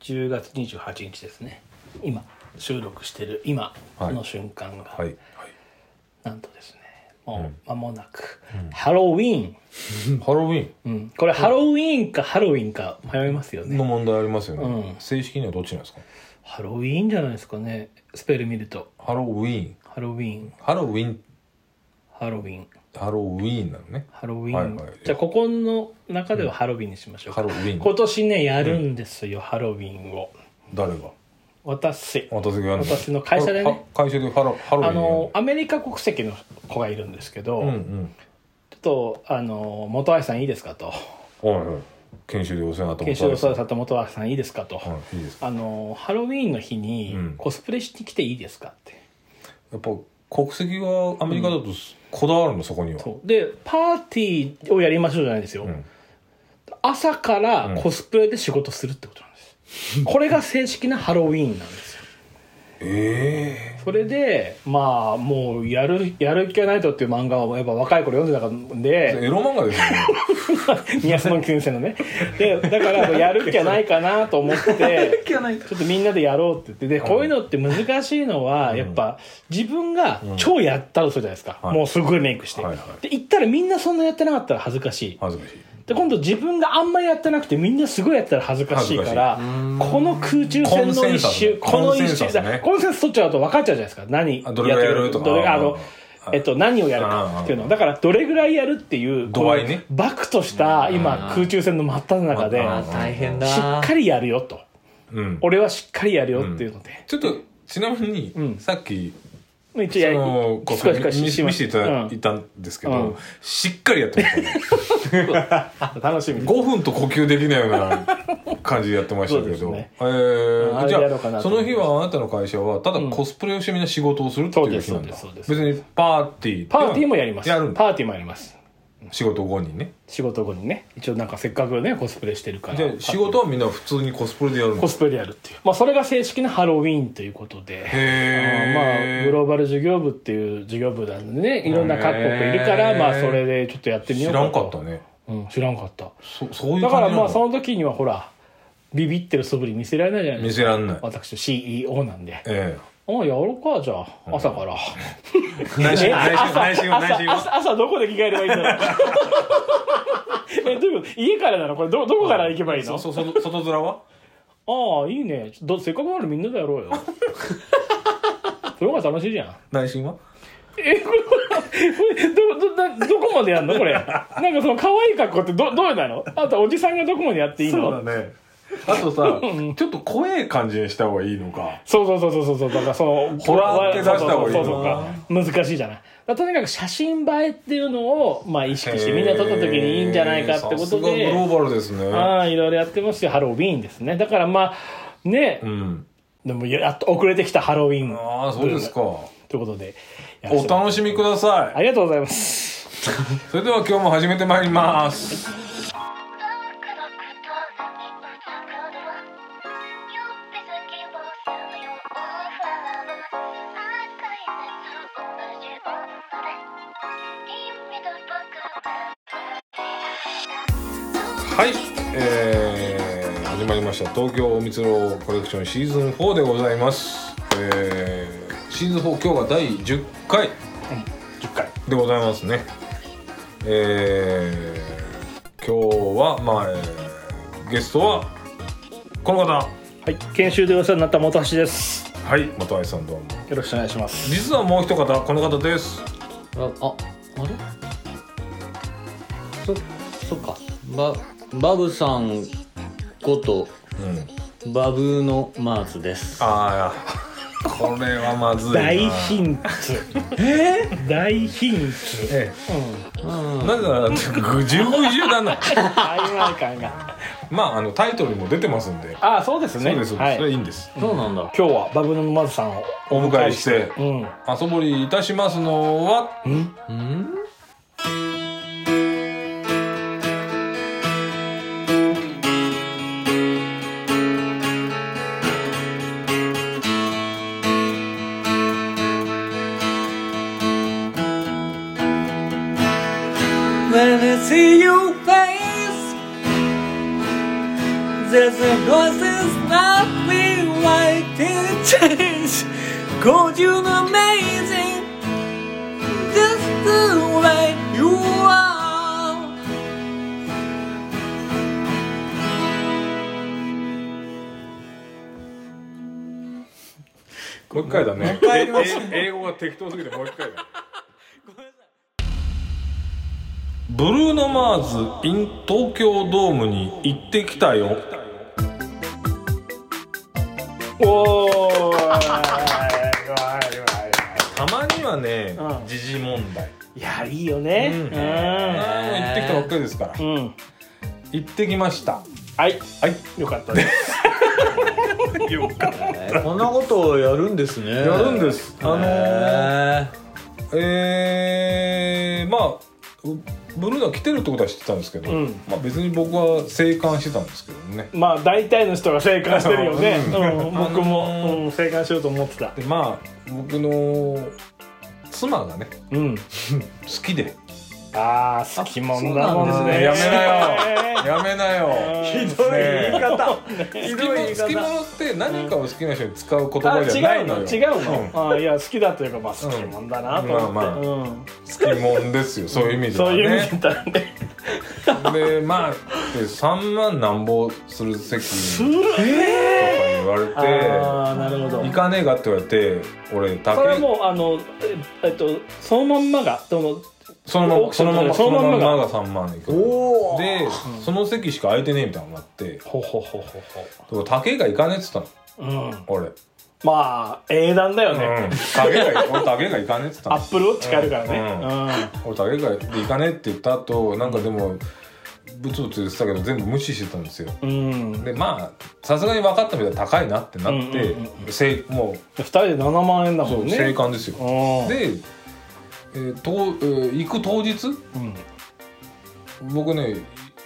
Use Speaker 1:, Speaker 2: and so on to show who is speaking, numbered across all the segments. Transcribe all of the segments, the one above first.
Speaker 1: 10月28日ですね今収録してる今
Speaker 2: はい
Speaker 1: の瞬間が、
Speaker 2: はいはい
Speaker 1: なんとですねもう間もなく、ハロウィーン、
Speaker 2: ハロウィ
Speaker 1: うん、これハロウィーンかハロウィンか迷いますよ
Speaker 2: ン
Speaker 1: ね、
Speaker 2: の問題ありますよね、
Speaker 1: うん
Speaker 2: 正式にはどっちなんですか
Speaker 1: ハロウィーンじゃないですかねスペル見ると
Speaker 2: ハロウィーン
Speaker 1: ハロウィーン
Speaker 2: ハロウィン
Speaker 1: ハロウィーン
Speaker 2: ハロウィーンなのね
Speaker 1: ハロウィーン、
Speaker 2: はいはい
Speaker 1: じゃあここの中ではハロウィーンにしましょうか、
Speaker 2: ハロウィーン
Speaker 1: 今年ねやるんですよ、ハロウィーンを
Speaker 2: 誰が
Speaker 1: 私
Speaker 2: 私がやるの
Speaker 1: 私の会社でね
Speaker 2: は会社でハロハロウィ
Speaker 1: あ
Speaker 2: ーンやる
Speaker 1: のアメリカ国籍の子がいるんですけど、
Speaker 2: うんうん
Speaker 1: ちょっとあの元橋さんいいですかと
Speaker 2: はいはい研修でお世話になった
Speaker 1: 研修の
Speaker 2: は
Speaker 1: さと元橋さんいいですかと、
Speaker 2: いいいですか
Speaker 1: あのハロウィーンの日に
Speaker 2: うん
Speaker 1: コスプレしてきていいですかって、
Speaker 2: やっぱ国籍がアメリカだとこだわるのそこには
Speaker 1: そうでパーティーをやりましょうじゃないですよ、
Speaker 2: ん
Speaker 1: 朝からコスプレで仕事するってことなんです、これが正式なハロウィーンなんですよ
Speaker 2: え
Speaker 1: それでまあもうやる「やる気がないと」っていう漫画をやっぱ若い頃読んでたん
Speaker 2: え
Speaker 1: で
Speaker 2: エロ漫画ですよね
Speaker 1: 宮園先生のねでだからこうやる気はないかなと思ってちょっとみんなでやろうって言ってでこういうのって難しいのはやっぱ自分が超やったらそうじゃないですか、
Speaker 2: はい
Speaker 1: もうすごいメイクして、
Speaker 2: はいは
Speaker 1: で行ったらみんなそんなやってなかったら恥ずかしい
Speaker 2: 恥ずかしい
Speaker 1: で今度自分があんまりやってなくてみんなすごいやったら恥ずかしいからこの空中戦の一周
Speaker 2: コ
Speaker 1: こ
Speaker 2: ン
Speaker 1: の
Speaker 2: セン
Speaker 1: 一
Speaker 2: サスね
Speaker 1: 周だコンセンサス取っちゃうと分かっちゃうじゃないですか何
Speaker 2: あどれぐらいやるとか
Speaker 1: どれがあの
Speaker 2: あー
Speaker 1: えっと、何をやるかっていう
Speaker 2: あ
Speaker 1: の
Speaker 2: ー
Speaker 1: だからどれぐらいやるっていう
Speaker 2: 度合いね
Speaker 1: こうバクとした今
Speaker 3: あー
Speaker 1: 空中戦の真っ只中で
Speaker 2: あ
Speaker 3: あ
Speaker 2: ー
Speaker 3: 大変だ
Speaker 1: しっかりやるよと
Speaker 2: うん
Speaker 1: 俺はしっかりやるよっていうので、
Speaker 2: ちょっとちなみに、
Speaker 1: ん
Speaker 2: さっき
Speaker 1: 一応
Speaker 2: そ
Speaker 1: やり
Speaker 2: のこ
Speaker 1: しかしか
Speaker 2: う
Speaker 1: し
Speaker 2: 見
Speaker 1: し
Speaker 2: せ
Speaker 1: ま
Speaker 2: 見
Speaker 1: し
Speaker 2: せていただ
Speaker 1: う
Speaker 2: い
Speaker 1: ん
Speaker 2: たんですけど、
Speaker 1: うん
Speaker 2: しっかりやってましたね
Speaker 1: あ楽しみ
Speaker 2: 5分と呼吸できないような 感じでやってましたけ
Speaker 1: そ
Speaker 2: ど、
Speaker 1: うですね
Speaker 2: えー
Speaker 1: あれ
Speaker 2: じゃ
Speaker 1: やろうか
Speaker 2: あ
Speaker 1: なと
Speaker 2: その日はあなたの会社はただコスプレをしてみんな仕事をするっていう日なんだ、
Speaker 1: うんそうですそうですそう
Speaker 2: 別にパーティー
Speaker 1: パーティーもやります
Speaker 2: やるんだ
Speaker 1: パーティーもやります
Speaker 2: 仕事後にね
Speaker 1: 仕事後にね一応なんかせっかくねコスプレしてるから
Speaker 2: じゃあ仕事はみんな普通にコスプレでやるんだ
Speaker 1: コスプレでやるっていう、まあ、それが正式なハロウィーンということであ
Speaker 2: へ
Speaker 1: ーまあグ
Speaker 2: ー
Speaker 1: ローバル事業部っていう事業部なんでねいろんな各国いるから
Speaker 2: へー
Speaker 1: まあそれでちょっとやってみよ
Speaker 2: 知
Speaker 1: うと
Speaker 2: らんかったね
Speaker 1: うん、知らんかった
Speaker 2: そそういう感じ
Speaker 1: だからまあ
Speaker 2: の
Speaker 1: その時にはほらビビってる素振り見せられないじゃないで
Speaker 2: 見
Speaker 1: す
Speaker 2: せ
Speaker 1: から
Speaker 2: んない
Speaker 1: 私 CEO なんで
Speaker 2: え
Speaker 1: ああやろうかじゃあ朝から、
Speaker 2: え内心内心内心は内心
Speaker 1: 朝朝
Speaker 2: は
Speaker 1: 朝どこで着替えればいいんだろう えどういうこと家からなのこれどどこから行けばいいの、
Speaker 2: そうそう外外面は
Speaker 1: ああいいねどせっかくならみんなでやろうよ その方が楽しいじゃん
Speaker 2: 内心は
Speaker 1: えこれこれどどなどこまでやんのこれなんかその可愛い格好ってどどうなのあとおじさんがどこまでやっていいの
Speaker 2: そうだねあとさちょっと怖え感じにした方がいいのか
Speaker 1: そうそうそうそうそうそうだからその
Speaker 2: ホラー系出した方がいいな
Speaker 1: そうそうそうそう難しいじゃないだからとにかく写真映えっていうのを、まあ、意識してみんな撮った時にいいんじゃないかってこ
Speaker 2: さす
Speaker 1: と
Speaker 2: がグロ
Speaker 1: で
Speaker 2: ーバルですね
Speaker 1: ああいろいろやってますよハロウィーンですねだからまあね、
Speaker 2: うん
Speaker 1: でもやっと遅れてきたハロウィーン
Speaker 2: ああそうですかお
Speaker 1: ということでやらせてもらいます
Speaker 2: 楽しみくださ
Speaker 1: あ
Speaker 2: い
Speaker 1: りがとうございます
Speaker 2: それでは今日も始めてまいりますはいえー始まりました東京みつろコレクションシーズン4でございますえーシーズン4今日が第10回
Speaker 1: 10回
Speaker 2: でございますね。えー、今日は、まあ、えーゲストは、この方。
Speaker 1: はい研修でお世話になった本橋です
Speaker 2: はい、元愛さんどうも。
Speaker 1: よろしくお願いします
Speaker 2: 実はもう一方、この方です。
Speaker 3: あああれそそっかババブさんこと
Speaker 2: うん。
Speaker 3: バブーのマーズです
Speaker 2: ああ、これはまずいな。
Speaker 1: 大ヒントえ大ヒント
Speaker 2: え
Speaker 1: うん
Speaker 2: え、なぜなら、十五一十なんだ。
Speaker 1: 曖昧感が。
Speaker 2: まあ、あの、タイトルにも出てますんで。
Speaker 1: ああ、そうですね。
Speaker 2: そうです、そうです
Speaker 1: はい。
Speaker 2: それい
Speaker 1: 今
Speaker 2: いんです。
Speaker 3: そうなんだ
Speaker 1: 日はバブのマズさんを
Speaker 2: お迎えして、
Speaker 1: うん。
Speaker 2: 遊ぼりいたしますのは、
Speaker 1: うん。
Speaker 3: うん
Speaker 4: There's a ghost inside Cause you're amazing Just the way you are
Speaker 2: もう一回だね
Speaker 4: 回やりまし
Speaker 2: ええ英語が適当すぎてもう一回だ
Speaker 4: ごめんなさい
Speaker 2: ブルーノ・マーズ in 東京ドームに行ってきたよ
Speaker 1: おお。
Speaker 2: たまにはね
Speaker 1: うん
Speaker 2: 時事問題
Speaker 1: いやいいよね。
Speaker 2: うん
Speaker 1: うん。
Speaker 2: あーもう行ってきたばっかりですから
Speaker 1: うん。
Speaker 2: 行ってきました
Speaker 1: はい。
Speaker 2: はい
Speaker 1: よかったです。
Speaker 3: こんなことをやるんですね
Speaker 2: やるんですあのー
Speaker 3: へ
Speaker 2: えー、まあブルーノは来てるってことは知ってたんですけど、
Speaker 1: うん
Speaker 2: まあ、別に僕は静観してたんですけどね
Speaker 1: まあ大体の人が正解してるよね。
Speaker 2: う
Speaker 1: うん。僕
Speaker 2: あの
Speaker 1: もうん正解しようと思ってた。
Speaker 2: でまあ僕の妻がね
Speaker 1: うん。
Speaker 2: 好きで
Speaker 1: ああ好きもんだもん
Speaker 2: あ
Speaker 1: ね
Speaker 2: ー。やめ なよやめなよ
Speaker 1: うん
Speaker 2: どい言い
Speaker 1: 方。
Speaker 2: 好きも好きものって何かを好きな人に使う言
Speaker 1: あ
Speaker 2: 葉じゃな
Speaker 1: 違う
Speaker 2: いの
Speaker 1: の
Speaker 2: よ
Speaker 1: 違うの、あいや好きだというかまあ好きもんだなと思って、
Speaker 2: まあまあ
Speaker 1: うん
Speaker 2: 好きもんですよそういう意味で
Speaker 1: そ
Speaker 2: は
Speaker 1: ういう意味
Speaker 2: ね
Speaker 1: だね
Speaker 2: でまあで3万なんぼする席
Speaker 1: する
Speaker 2: とか言われて
Speaker 1: ああなるほど
Speaker 2: 行かねえかって言われて俺
Speaker 1: それは
Speaker 2: 竹
Speaker 1: もうあのええっとそのまんまがどの
Speaker 2: そのままそのまま
Speaker 1: そ
Speaker 2: そ
Speaker 1: の
Speaker 2: の
Speaker 1: まんま
Speaker 2: ま
Speaker 1: が
Speaker 2: まが3万いく
Speaker 3: おー
Speaker 2: でその席しか空いてねえみたいなのがあって
Speaker 1: ほほほほほ
Speaker 2: で竹が行かねえっつったの
Speaker 1: うん
Speaker 2: 俺うん
Speaker 1: まあ英断だよね、
Speaker 2: 竹が俺竹が行かねえっつった
Speaker 1: ア
Speaker 2: の
Speaker 1: ップルウォッチ買えるからね
Speaker 2: うん
Speaker 1: うん、
Speaker 2: 俺竹が行かねえって言った後なんかでもブツブツ言ってたけど全部無視してたんですよ
Speaker 1: うん
Speaker 2: でまあさすがに分かったみたいで高いなってなっ
Speaker 1: うんうんうん
Speaker 2: てせいも
Speaker 1: 2人で7万円だも
Speaker 2: うん生
Speaker 1: ね
Speaker 2: 還ですよ
Speaker 1: うん
Speaker 2: で、えーとえー行く当日
Speaker 1: うん
Speaker 2: 僕ね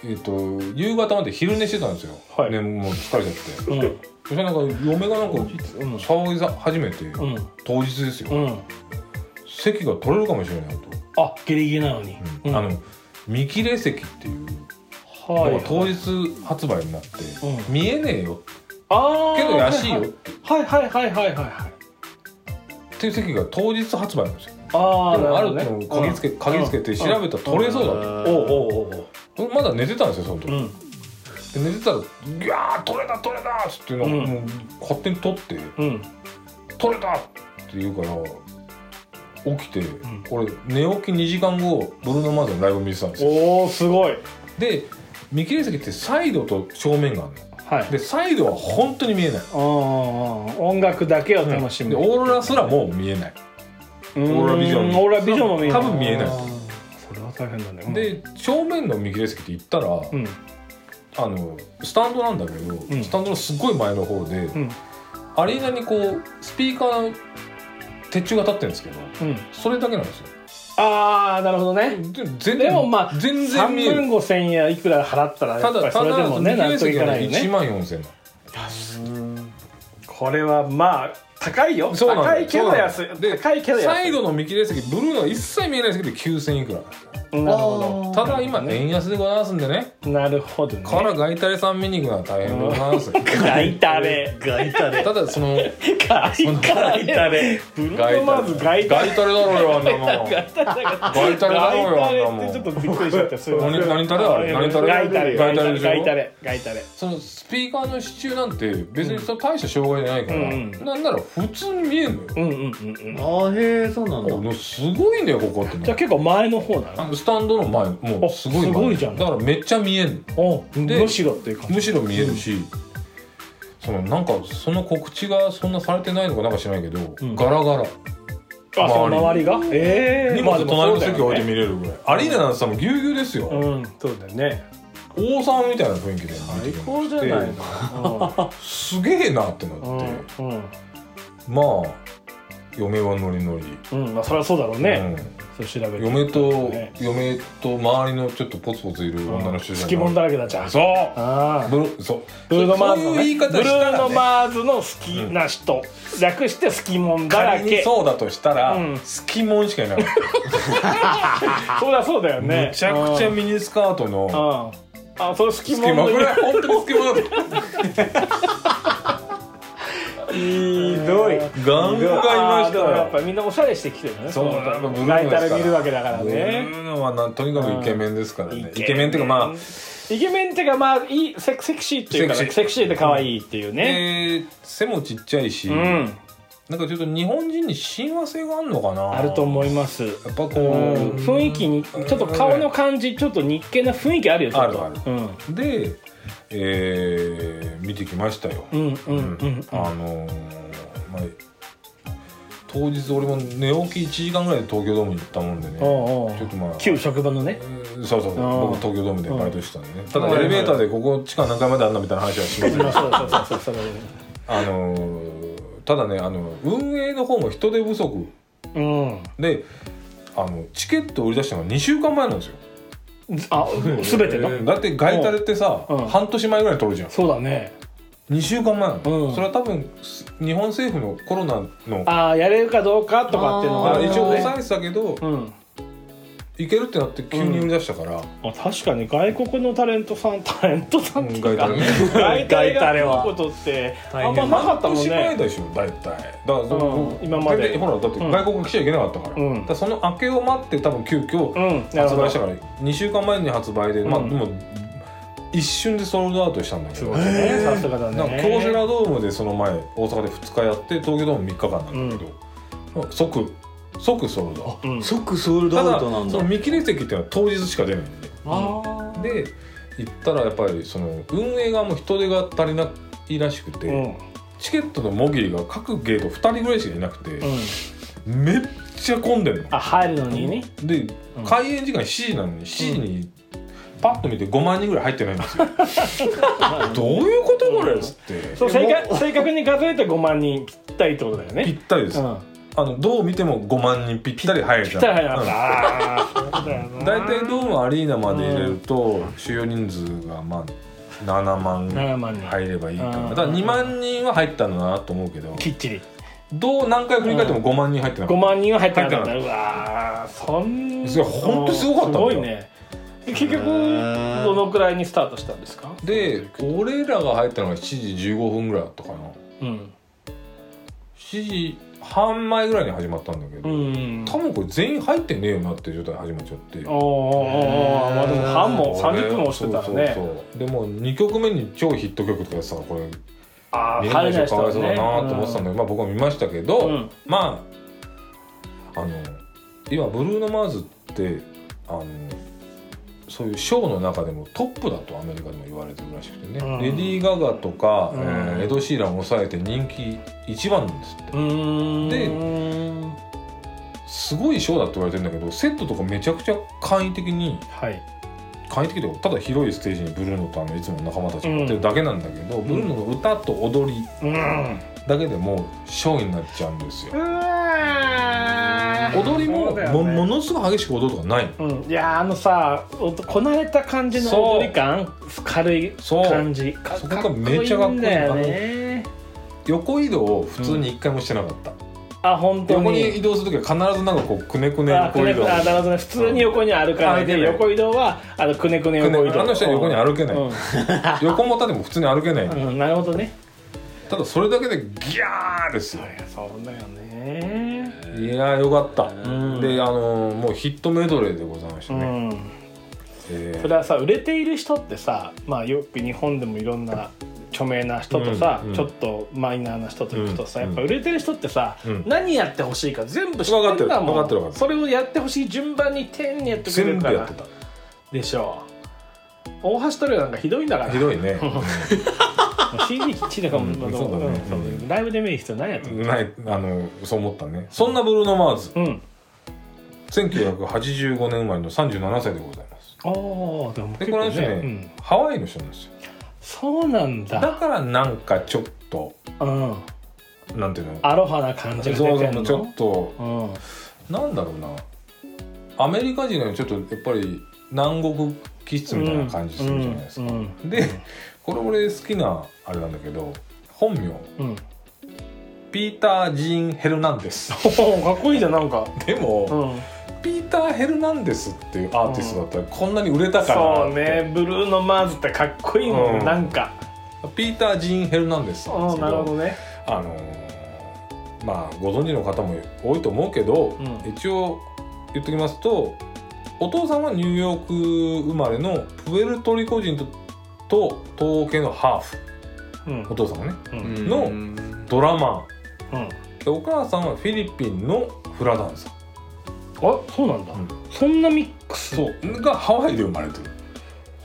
Speaker 2: えっ、と夕方まで昼寝してたんですよ、
Speaker 1: はい
Speaker 2: ねもう疲れちゃって
Speaker 1: うん
Speaker 2: そしたらなんか嫁がなん
Speaker 1: う
Speaker 2: か
Speaker 1: ん
Speaker 2: 騒ぎさ始めて、
Speaker 1: うん
Speaker 2: 当日ですよ、
Speaker 1: うん
Speaker 2: 席が取れるかもしれないと、
Speaker 1: あギリギリなのに、うん
Speaker 2: あの見切れ席っていう
Speaker 1: はい
Speaker 2: のが当日発売になって、
Speaker 1: う
Speaker 2: 見えねえよ
Speaker 1: ああ
Speaker 2: けど安いよっ
Speaker 1: はいはいはいはいはいはいはい
Speaker 2: ていう席が当日発売なんですよ
Speaker 1: ああ
Speaker 2: で
Speaker 1: な
Speaker 2: もあ
Speaker 1: る
Speaker 2: る
Speaker 1: ほどね
Speaker 2: の鍵つけ鍵つけて調べたら取れそうだ
Speaker 1: お
Speaker 2: と、
Speaker 1: う
Speaker 3: お
Speaker 1: おうおうおう
Speaker 2: まだ寝てたんですよその時、
Speaker 1: うん
Speaker 2: で寝てたら「いやー取れた取れた!」っつってなんか
Speaker 1: うん
Speaker 2: もう勝手に取って
Speaker 1: うん
Speaker 2: 「取れた!」って言うから起きて、俺寝起き2時間後ブルーノ・マーズのライブ見てたんですよ
Speaker 1: おおすごい
Speaker 2: で見切れ席ってサイドと正面がある
Speaker 1: はい
Speaker 2: のでサイドは本当に見えない、
Speaker 1: ああ音楽だけを楽し
Speaker 2: で
Speaker 1: む、
Speaker 2: オーロラすらもう見えない、
Speaker 1: うーん、
Speaker 2: オーロラビジョン
Speaker 1: オーロラビジョンも見えない
Speaker 2: 多分見えない
Speaker 1: あーそれは大変だねうん
Speaker 2: で正面の見切れ席って行ったら、
Speaker 1: うん
Speaker 2: あのスタンドなんだけど、
Speaker 1: ん
Speaker 2: スタンドのすっごい前の方で、
Speaker 1: うん
Speaker 2: アリーナにこうスピーカーの鉄柱が立ってるんですけど
Speaker 1: うん
Speaker 2: それだけなんですよ
Speaker 1: ああなるほどね
Speaker 2: で全
Speaker 1: でもまあ
Speaker 2: 全然
Speaker 1: 3
Speaker 2: 見え
Speaker 1: 万
Speaker 2: る
Speaker 1: 5千円いくら払ったらや
Speaker 2: た
Speaker 1: っぱ
Speaker 2: だ
Speaker 1: りそ
Speaker 2: た
Speaker 1: れで
Speaker 2: だ
Speaker 1: も
Speaker 2: 見
Speaker 1: ね
Speaker 2: 切
Speaker 1: 納
Speaker 2: れ
Speaker 1: 得
Speaker 2: 席
Speaker 1: いか
Speaker 2: が
Speaker 1: ないよ
Speaker 2: 1
Speaker 1: ね
Speaker 2: 万4000円な
Speaker 1: これはまあ高いよ
Speaker 2: のそうな
Speaker 1: 高
Speaker 2: んだ
Speaker 1: いけど安い
Speaker 2: で
Speaker 1: 高いけど安い
Speaker 2: サイドの見切れ席ブルーのが一切見えない席で9000いくら
Speaker 1: なるほ
Speaker 2: ただ今円安でございますんでね
Speaker 1: どなるほどね
Speaker 2: からガイタレさん見に行くのは大変でござ います
Speaker 1: ガイタレ
Speaker 3: ーガイタで
Speaker 2: ただその
Speaker 1: ガイタレ
Speaker 3: で
Speaker 1: ブルーノマーズガイタ
Speaker 2: ガ
Speaker 1: レ
Speaker 2: イタレだろうよあんなもん ガイタレだろうよあん
Speaker 1: ガイタレっ
Speaker 2: なも
Speaker 1: てちょっ
Speaker 2: ん
Speaker 1: とびっくりしちゃったすいません
Speaker 2: 何何タレあれ何タレ
Speaker 1: ガイタレ
Speaker 2: ガイタレでしょ
Speaker 1: ガイタレガイタレ
Speaker 2: そのスピーカーの支柱なんて別にその大した障害じゃないから、
Speaker 1: うんうん
Speaker 2: なんなら普通に見えるのよ
Speaker 1: うんうんうんうん
Speaker 3: あへえそうなんだ
Speaker 2: あのすごいねここって
Speaker 1: じゃあ結構前の方な
Speaker 2: あ
Speaker 1: の
Speaker 2: のスタンドの前もうすごい前
Speaker 1: あすごいじゃん
Speaker 2: だからめっちゃ見えん
Speaker 1: お
Speaker 2: で
Speaker 1: むしろっていうか
Speaker 2: むしろ見えるし、そのなんかその告知がそんなされてないのかなんか知らないけど、
Speaker 1: ん
Speaker 2: ガラガラ
Speaker 1: あその周りがええ
Speaker 2: 荷物隣の席置いて
Speaker 1: み
Speaker 2: 見れるぐらい、アリーナなんてさもうぎゅうぎゅうですよ、
Speaker 1: うんそうだよね
Speaker 2: 王さんみたいな雰囲気で見てくれて
Speaker 1: 高じゃないの
Speaker 2: すげえなってなって、
Speaker 1: うんうん
Speaker 2: まあ嫁はノリノリ
Speaker 1: うんまあそりゃそうだろうねそ
Speaker 2: うん
Speaker 1: う調べて
Speaker 2: 嫁と、
Speaker 1: ね
Speaker 2: 嫁と周りのちょっとポツポツいる女の人じゃない
Speaker 1: 好きもんだらけだじゃん
Speaker 2: そう
Speaker 1: ああ
Speaker 2: ブルそう
Speaker 1: ブルーノマーズ
Speaker 2: そ
Speaker 1: の
Speaker 2: う
Speaker 1: ね
Speaker 2: いう言い方
Speaker 1: ブル
Speaker 2: したら、ね、
Speaker 1: ーノマーズの好きな人略して好きもんだら
Speaker 2: 仮に
Speaker 1: けそう
Speaker 2: そうだとしたら、
Speaker 1: うん
Speaker 2: スキモンしかいなかっ
Speaker 1: だそうだよ
Speaker 2: た、
Speaker 1: ね
Speaker 2: めちゃくちゃミニスカート
Speaker 1: う
Speaker 2: の
Speaker 1: んあそれ好き
Speaker 2: ス
Speaker 1: も
Speaker 2: キ
Speaker 1: ん
Speaker 2: モンこれ
Speaker 1: の
Speaker 2: 本当にスキモンだと
Speaker 1: ひどい
Speaker 2: ガンガンいま
Speaker 1: あ
Speaker 2: し
Speaker 1: ー
Speaker 2: た
Speaker 1: でもや
Speaker 2: よ
Speaker 1: っぱりみんなおしゃれしてきてるよね
Speaker 2: そう
Speaker 1: の
Speaker 2: やっぱブルーの
Speaker 1: ライタル
Speaker 2: ですから
Speaker 1: 見るわけだから
Speaker 2: ブル
Speaker 1: ね
Speaker 2: ーノはなとにかくイケメンですからねイケメンっていうかまあ
Speaker 1: イケメンっていうかまあいいセクセクシーっていうかセ
Speaker 2: セクシー
Speaker 1: クシーで可愛いっていうね、
Speaker 2: えー背もちっちゃいし、
Speaker 1: うん
Speaker 2: なんかちょっと日本人に親和性があるのかな
Speaker 1: あると思います
Speaker 2: やっぱこう、
Speaker 1: うん雰囲気にちょっと顔の感じちょっと日系な雰囲気あるよちょっと
Speaker 2: ある
Speaker 1: うん
Speaker 2: で、えー見てきましたよ、
Speaker 1: うんうんうんうん
Speaker 2: あのーまあ、当日俺も寝起き1時間ぐらいで東京ドームに行ったもんでね
Speaker 1: おうおう
Speaker 2: ちょっとまあ
Speaker 1: 旧職場のね
Speaker 2: うんそうそう
Speaker 1: あー
Speaker 2: 僕東京ドームでバイトしてたんでね、た
Speaker 1: はい
Speaker 2: だエ
Speaker 1: はい
Speaker 2: レベーターでここ地下何階まであんなみたいな話はしません
Speaker 1: まあそうそうそうそうそれ
Speaker 2: あのーただねあの運営の方も人手不足
Speaker 1: うん
Speaker 2: であのチケット売り出したのが2週間前なんですよ
Speaker 1: あ全ての
Speaker 2: だって外タレってさ、
Speaker 1: うん
Speaker 2: 半年前ぐらい取るじゃん
Speaker 1: そうだね
Speaker 2: 2週間前なの、
Speaker 1: うん
Speaker 2: それは多分す日本政府のコロナの
Speaker 1: ああやれるかどうかとかっていうの
Speaker 2: ま
Speaker 1: が
Speaker 2: あ
Speaker 1: ある
Speaker 2: 一応
Speaker 1: ね
Speaker 2: 抑えてたけど、
Speaker 1: うん
Speaker 2: いけるってなって急に売り出したから、
Speaker 1: あ確かに外国のタレントさんタレントさんっていう
Speaker 2: 外
Speaker 1: か
Speaker 2: タレね
Speaker 1: 外タレ
Speaker 5: 外タレ
Speaker 1: が
Speaker 5: は
Speaker 1: 来ることってあ
Speaker 5: 大
Speaker 1: ん
Speaker 5: 変
Speaker 1: まなかったもん
Speaker 2: 半年前
Speaker 1: ね
Speaker 2: でしょ大体だから、
Speaker 1: うん今まで
Speaker 2: 大体ほらだって
Speaker 1: うん
Speaker 2: 外国が来ちゃいけなかったから,、
Speaker 1: うん
Speaker 2: だからその明けを待って多分急遽
Speaker 1: うんなる
Speaker 2: 発
Speaker 1: ほど
Speaker 2: 売したから、2週間前に発売で、まあ
Speaker 1: うん
Speaker 2: でも一瞬でソールドアウトしたんだけ
Speaker 1: す
Speaker 2: ど
Speaker 1: ごいねさすがだね
Speaker 2: なんか京セラドームでその前大阪で2日やって東京ドーム3日間なんだけど、まあ即即ソールドアウト
Speaker 1: うん
Speaker 5: 即ソールド
Speaker 2: た
Speaker 5: ア
Speaker 2: だ
Speaker 5: ウトなん
Speaker 2: そ
Speaker 5: だ
Speaker 2: の見切り席っていうのは当日しか出ないんで
Speaker 5: あー
Speaker 2: で行ったらやっぱりその運営側も人手が足りないらしくて、
Speaker 1: うん
Speaker 2: チケットのもぎりが各ゲート2人ぐらいしかいなくて
Speaker 1: う、ん
Speaker 2: めっちゃ混んでんの。
Speaker 1: あ入るのにね
Speaker 2: で、
Speaker 1: ん
Speaker 2: 開演時間7時なのに7時にパッと見て5万人ぐらい入ってないん ですよ。どういうことこれっつって
Speaker 1: そう正確正確に数えて5万人ぴったりってことだよ
Speaker 2: ぴ
Speaker 1: ね
Speaker 2: ったりです、
Speaker 1: う
Speaker 2: あ
Speaker 1: ん
Speaker 2: のどう見ても5万人ぴったり入るじ
Speaker 1: ぴ
Speaker 2: ゃ
Speaker 1: っ
Speaker 2: ん
Speaker 1: たり入らなか
Speaker 2: うん
Speaker 1: ったあーそうだよな
Speaker 2: 大体ドームアリーナまで入れると収容人数がまあ7万
Speaker 1: 7万人
Speaker 2: 入ればいいか
Speaker 1: う
Speaker 2: なんだから2万人は入ったんだなと思うけど
Speaker 1: きっちり
Speaker 2: どう何回振り返っても5万人入ってなか
Speaker 1: 5
Speaker 2: っ
Speaker 1: 万人は入ってなかった
Speaker 2: 入
Speaker 1: うわーそん
Speaker 2: それほんとすごかったんだ
Speaker 1: すごいねで結局どのくらいにスタートしたんですか
Speaker 2: たで俺らが入ったのが7時15分ぐらいだったかな
Speaker 1: うん
Speaker 2: 7時半前ぐらいに始まったんだけ
Speaker 1: う
Speaker 2: ど、
Speaker 1: ん
Speaker 2: 多分これ全員入ってねえよなっていう状態で始まっちゃって
Speaker 1: おーおーおーまあでも半も30分もしてたら
Speaker 2: そう
Speaker 1: ね
Speaker 2: そうそうでも2曲目に超ヒット曲とかやってたからこれ
Speaker 1: ああ
Speaker 2: 見れな
Speaker 1: 入
Speaker 2: い
Speaker 1: れない人
Speaker 2: 人か
Speaker 1: は
Speaker 2: わ
Speaker 1: いね
Speaker 2: そうだなと思ってたんだけど、まあ、僕は見ましたけど、
Speaker 1: うん
Speaker 2: まああの今ブルーノ・マーズってあのそういうショーの中でもトップだとアメリカでも言われてるらしくてね、
Speaker 1: うん
Speaker 2: レディー・ガガとか、
Speaker 1: うん
Speaker 2: えーエド・シーランを抑えて人気一番なんですって、
Speaker 1: うーん
Speaker 2: ですごいショーだって言われてるんだけどセットとかめちゃくちゃ簡易的に
Speaker 1: はい
Speaker 2: 簡易的というかただ広いステージにブルーノとあのいつもの仲間たちがやってるだけなんだけど、ブルーノの歌と踊り
Speaker 1: うん
Speaker 2: だけでもうショーになっちゃうんですよ。
Speaker 1: わ
Speaker 2: 踊りも、もものすごい激しく踊るとかないの
Speaker 1: うん、いやーあのさおとこなれた感じの踊り感軽い
Speaker 2: そう
Speaker 1: 感じか
Speaker 2: そこがめちゃかっこいい
Speaker 1: んだよね
Speaker 2: 横移動を普通に一回もしてなかった、
Speaker 1: あ本当
Speaker 2: 横に
Speaker 1: に
Speaker 2: 移動する時は必ずなんかこうくねくね
Speaker 1: あく
Speaker 2: 横
Speaker 1: ね
Speaker 2: 移動
Speaker 1: くねあなるほどね普通に横に歩かないで、
Speaker 2: うん
Speaker 1: 横移動はあのくねくね横移
Speaker 2: くね
Speaker 1: 動
Speaker 2: あの人は横に歩けない
Speaker 1: うん
Speaker 2: 横も縦も普通に歩けない、
Speaker 1: うんなるほど ね
Speaker 2: ただそれだけでギャーですよ
Speaker 1: いやそうだよね
Speaker 2: いやーよかった、
Speaker 1: ん
Speaker 2: であのーもうヒットメドレーでございました
Speaker 1: う
Speaker 2: ね、
Speaker 1: ん
Speaker 2: えー
Speaker 1: それはさ売れている人ってさまあよく日本でもいろんな著名な人とさ、
Speaker 2: うんうん
Speaker 1: ちょっとマイナーな人と行くとさ、
Speaker 2: うん
Speaker 1: やっぱ売れてる人ってさ、
Speaker 2: うん
Speaker 1: 何やってほしいか全部知ってるんだもん
Speaker 2: 分かってる分かってる分かってる
Speaker 1: それをやってほしい順番に丁寧にやってくれ
Speaker 2: 全
Speaker 1: るか
Speaker 2: 部や
Speaker 1: ら
Speaker 2: ってた
Speaker 1: でしょう大橋トリオなんかひどいんだから
Speaker 2: ひど いね
Speaker 1: CD きっちりだから、
Speaker 2: うん
Speaker 1: まあ
Speaker 2: そうだね
Speaker 1: んそう
Speaker 2: うん
Speaker 1: ライブで見る必要ないやつ
Speaker 2: うんないあのそう思ったねそんなブルーノ・マーズ
Speaker 1: うん
Speaker 2: 1985年生まれの37歳でございます
Speaker 1: ああでも
Speaker 2: で
Speaker 1: 結
Speaker 2: この
Speaker 1: 構
Speaker 2: 人
Speaker 1: ね
Speaker 2: ね、
Speaker 1: うん、
Speaker 2: ハワイの人なんですよ
Speaker 1: そうなん
Speaker 2: だ
Speaker 1: だ、
Speaker 2: からなんかちょっと
Speaker 1: うん、
Speaker 2: なんていうの
Speaker 1: アロハな感じが
Speaker 2: そう
Speaker 1: 出て
Speaker 2: そうん
Speaker 1: の
Speaker 2: ちょっと
Speaker 1: うん
Speaker 2: なんだろうなアメリカ人のようにちょっとやっぱり南国気質みたいな感じするじゃないですか、
Speaker 1: うんうん
Speaker 2: でこれ俺好きなあれなんだけど本名
Speaker 1: うん
Speaker 2: ピーター・ジーン・ヘルナンデス
Speaker 1: おーかっこいいじゃんなんか、
Speaker 2: でも、
Speaker 1: うん、
Speaker 2: ピーター・ヘルナンデスっていうアーティストだったらこんなに売れたから
Speaker 1: そうねブルーノ・マーズってかっこいいもん、
Speaker 2: うん
Speaker 1: なんか
Speaker 2: ピーター・ジーン・ヘルナンデスなんで
Speaker 1: う
Speaker 2: す
Speaker 1: ん
Speaker 2: け
Speaker 1: なる
Speaker 2: ど
Speaker 1: ほどね
Speaker 2: あのーまあご存知の方も多いと思うけど、
Speaker 1: うん
Speaker 2: 一応言っときますとお父さんはニューヨーク生まれのプエルトリコ人とと東系のハーフ
Speaker 1: うん
Speaker 2: お父さんはね
Speaker 1: うん
Speaker 2: のドラマ
Speaker 1: うん
Speaker 2: ーでお母さんはフィリピンのフラダンサ
Speaker 1: あそうなんだ、
Speaker 2: うん
Speaker 1: そんなミックス
Speaker 2: ーそうがハワイで生まれてる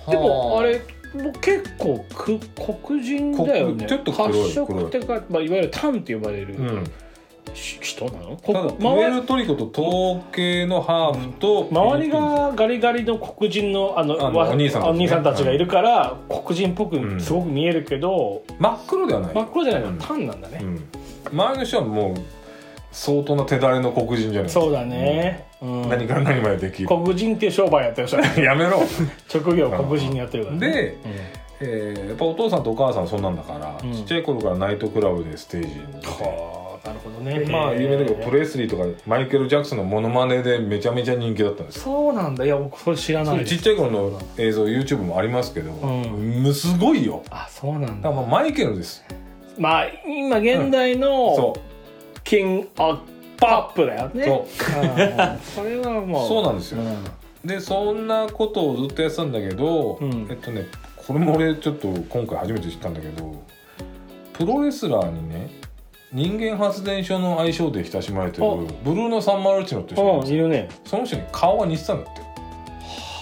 Speaker 1: でもあれもう結構く黒人だよね
Speaker 2: 黒ちょっと黒い
Speaker 1: 褐色ってか、まあ、いわゆるタンって呼ばれる、
Speaker 2: うん
Speaker 1: し人なの
Speaker 2: ただ
Speaker 1: こ
Speaker 2: プエ
Speaker 1: 周り
Speaker 2: ルトリコと東系のハーフと
Speaker 1: 周りがガリガリの黒人のあの
Speaker 2: あの
Speaker 1: わ
Speaker 2: お兄さんたちね
Speaker 1: お兄さんたちがいるから、黒人っぽくすごく見えるけど、
Speaker 2: 真っ黒ではない
Speaker 1: 真っ黒じゃないの、
Speaker 2: うん
Speaker 1: タンなんだね、
Speaker 2: うん、周りの人はもう相当な手だれの黒人じゃない
Speaker 1: そうだね、うん
Speaker 2: 何から何までできる
Speaker 1: 黒人っていう商売やってる人だ
Speaker 2: や めろ
Speaker 1: 職業黒人にやってるから、ね、
Speaker 2: で、えーやっぱお父さんとお母さんそんなんだから、
Speaker 1: うん
Speaker 2: ちっちゃい頃からナイトクラブでステージに出て
Speaker 1: はあなるほどね
Speaker 2: でまあ有名だけどプレスリーとかマイケル・ジャクソンのモノマネでめちゃめちゃ人気だったんですよ
Speaker 1: そうなんだいや僕それ知ら
Speaker 2: そ
Speaker 1: ない
Speaker 2: れ
Speaker 1: で
Speaker 2: ちっ
Speaker 1: す
Speaker 2: ちゃい頃の映像 YouTube もありますけど、
Speaker 1: ん
Speaker 2: むすごいよ
Speaker 1: あそうなん
Speaker 2: だか
Speaker 1: だ
Speaker 2: らまあマイケルです
Speaker 1: まあ今現代の
Speaker 2: そ
Speaker 1: キングオブパップだよ
Speaker 2: う
Speaker 1: ね
Speaker 2: そう
Speaker 1: うんそれはもう
Speaker 2: そうなんですよ
Speaker 1: ん
Speaker 2: でそんなことをずっとやってたんだけど、
Speaker 1: うん
Speaker 2: えっとねこれも俺ちょっと今回初めて知ったんだけどプロレスラーにね人間発電所の愛称で親しまれてる
Speaker 1: お
Speaker 2: ブルーノ・サンマルチノって人がいるん
Speaker 1: うん
Speaker 2: です
Speaker 1: いる
Speaker 2: よ
Speaker 1: ね
Speaker 2: その人に顔が似てたんだって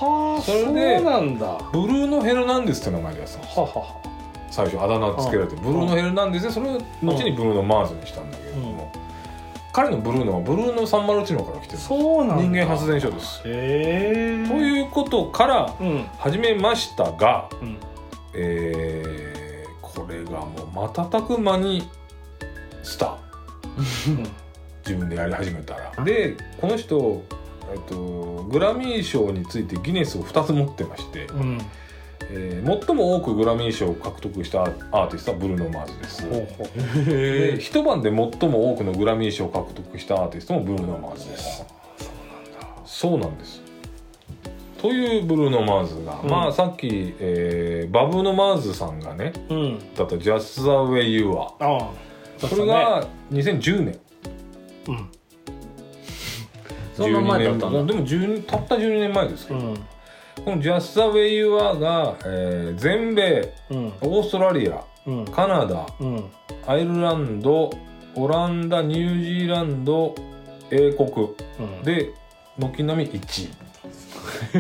Speaker 1: はあそ
Speaker 2: それで
Speaker 1: うなんだは
Speaker 2: ブルーノ・ヘルナンデスって名前でやってた
Speaker 1: あ
Speaker 2: の
Speaker 1: はあはあ
Speaker 2: 最初あだ名つけられてブルーノ・ヘルナンデスでそれを後にブルーノ・マーズにしたんだけれども、彼のブルーノはブルーノ・サンマルチノから来てる
Speaker 1: そうなんだ
Speaker 2: 人間発電所です
Speaker 1: へえ
Speaker 2: と
Speaker 1: う
Speaker 2: いうことから
Speaker 1: うん
Speaker 2: 始めましたが、
Speaker 1: うん
Speaker 2: えーこれがもう瞬く間にスター 自分でやり始めたらでこの人、えっと、グラミー賞についてギネスを2つ持ってまして、
Speaker 1: うん
Speaker 2: えー最も多くグラミー賞を獲得したアーティストはブルーノ・マーズです、
Speaker 1: ほうほう
Speaker 2: で一晩で最も多くのグラミー賞を獲得したアーティストもブルーノ・マーズですそうなんですというブルーノ・マーズが、
Speaker 1: うん
Speaker 2: まあさっき、えーバブーノ・マーズさんがね
Speaker 1: うん
Speaker 2: だった Just the way you are
Speaker 1: ああ
Speaker 2: それが2010年
Speaker 1: うん
Speaker 3: そんな前だったんだ
Speaker 2: 12年でも10たった12年前ですけ
Speaker 1: う
Speaker 2: ど、
Speaker 1: ん
Speaker 2: この「Just the way you are が」えー全米
Speaker 1: うん
Speaker 2: オーストラリア
Speaker 1: うん
Speaker 2: カナダ
Speaker 1: うん
Speaker 2: アイルランドオランダニュージーランド英国
Speaker 1: うん
Speaker 2: で軒並み1位